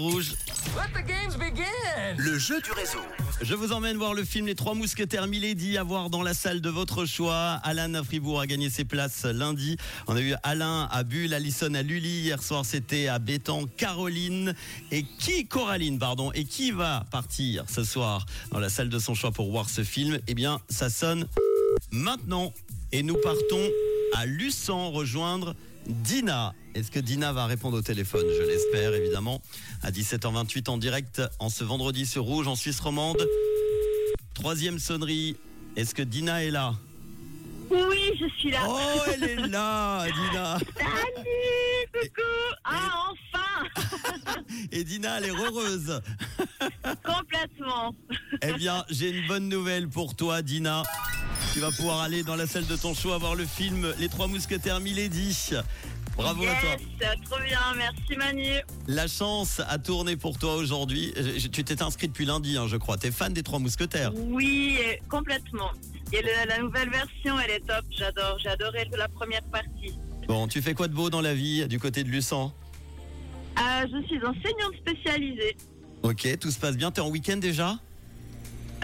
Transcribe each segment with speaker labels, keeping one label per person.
Speaker 1: Rouge,
Speaker 2: Let the games begin!
Speaker 3: Le jeu du réseau.
Speaker 1: je vous emmène voir le film Les Trois Mousquetaires Milady à voir dans la salle de votre choix. Alan à Fribourg a gagné ses places lundi. On a eu Alain à Bulle, Alison à Lully. Hier soir, c'était à Bétan, Caroline et qui Coraline, pardon, et qui va partir ce soir dans la salle de son choix pour voir ce film Eh bien, ça sonne maintenant et nous partons à Luçon rejoindre Dina. Est-ce que Dina va répondre au téléphone Je l'espère évidemment. À 17h28 en direct en ce vendredi sur Rouge en Suisse romande. Troisième sonnerie. Est-ce que Dina est là
Speaker 4: Oui, je suis là.
Speaker 1: Oh, elle est là, Dina.
Speaker 4: Salut, coucou. Ah, enfin,
Speaker 1: Et Dina, elle est heureuse.
Speaker 4: complètement.
Speaker 1: Eh bien, j'ai une bonne nouvelle pour toi, Dina. Tu vas pouvoir aller dans la salle de ton show à voir le film Les Trois Mousquetaires Milady. Bravo à toi.
Speaker 4: Yes, trop bien. Merci Manu.
Speaker 1: La chance a tourné pour toi aujourd'hui. Je- je- Tu t'es inscrit depuis lundi, hein, je crois. T'es fan des Trois Mousquetaires.
Speaker 4: Oui, euh, complètement. Et le- la nouvelle version, elle est top. J'adore. J'ai adoré la première partie.
Speaker 1: Bon, tu fais quoi de beau dans la vie du côté de Luçon
Speaker 4: Euh, je suis enseignante spécialisée.
Speaker 1: Ok, tout se passe bien. T'es en week-end déjà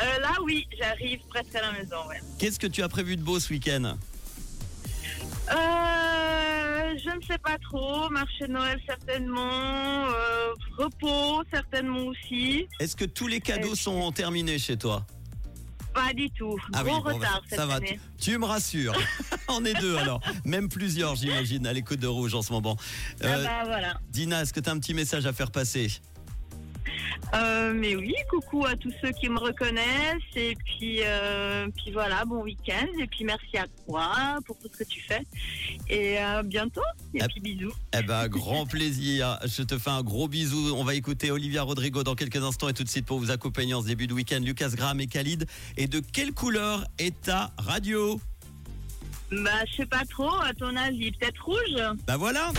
Speaker 4: Euh, là, oui, j'arrive presque à la maison. Ouais.
Speaker 1: Qu'est-ce que tu as prévu de beau ce week-end
Speaker 4: Euh, je ne sais pas trop. Marché de Noël, certainement. Euh, repos, certainement aussi.
Speaker 1: Est-ce que tous les
Speaker 4: Euh,
Speaker 1: cadeaux sont terminés chez toi
Speaker 4: Pas du tout.
Speaker 1: Ah oui,
Speaker 4: Gros
Speaker 1: bon, bah,
Speaker 4: retard cette
Speaker 1: ça va.
Speaker 4: année.
Speaker 1: Tu me rassures. On est deux alors. Même plusieurs, j'imagine, à l'écoute de Rouge en ce moment.
Speaker 4: Ah
Speaker 1: Euh,
Speaker 4: bah voilà.
Speaker 1: Dina, est-ce que t'as un petit message à faire passer
Speaker 4: Euh, mais oui, coucou à tous ceux qui me reconnaissent. Et puis, euh, puis voilà, bon week-end. Et puis merci à toi pour tout ce que tu fais. Et à bientôt. Et
Speaker 1: Ah.
Speaker 4: puis bisous.
Speaker 1: Eh ben, grand plaisir. Je te fais un gros bisou. On va écouter Olivia Rodrigo dans quelques instants et tout de suite pour vous accompagner en ce début de week-end. Lucas Graham et Khalid. Et de quelle couleur est ta radio
Speaker 4: Bah, je sais pas trop, à ton avis, peut-être rouge
Speaker 1: Bah Ben voilà.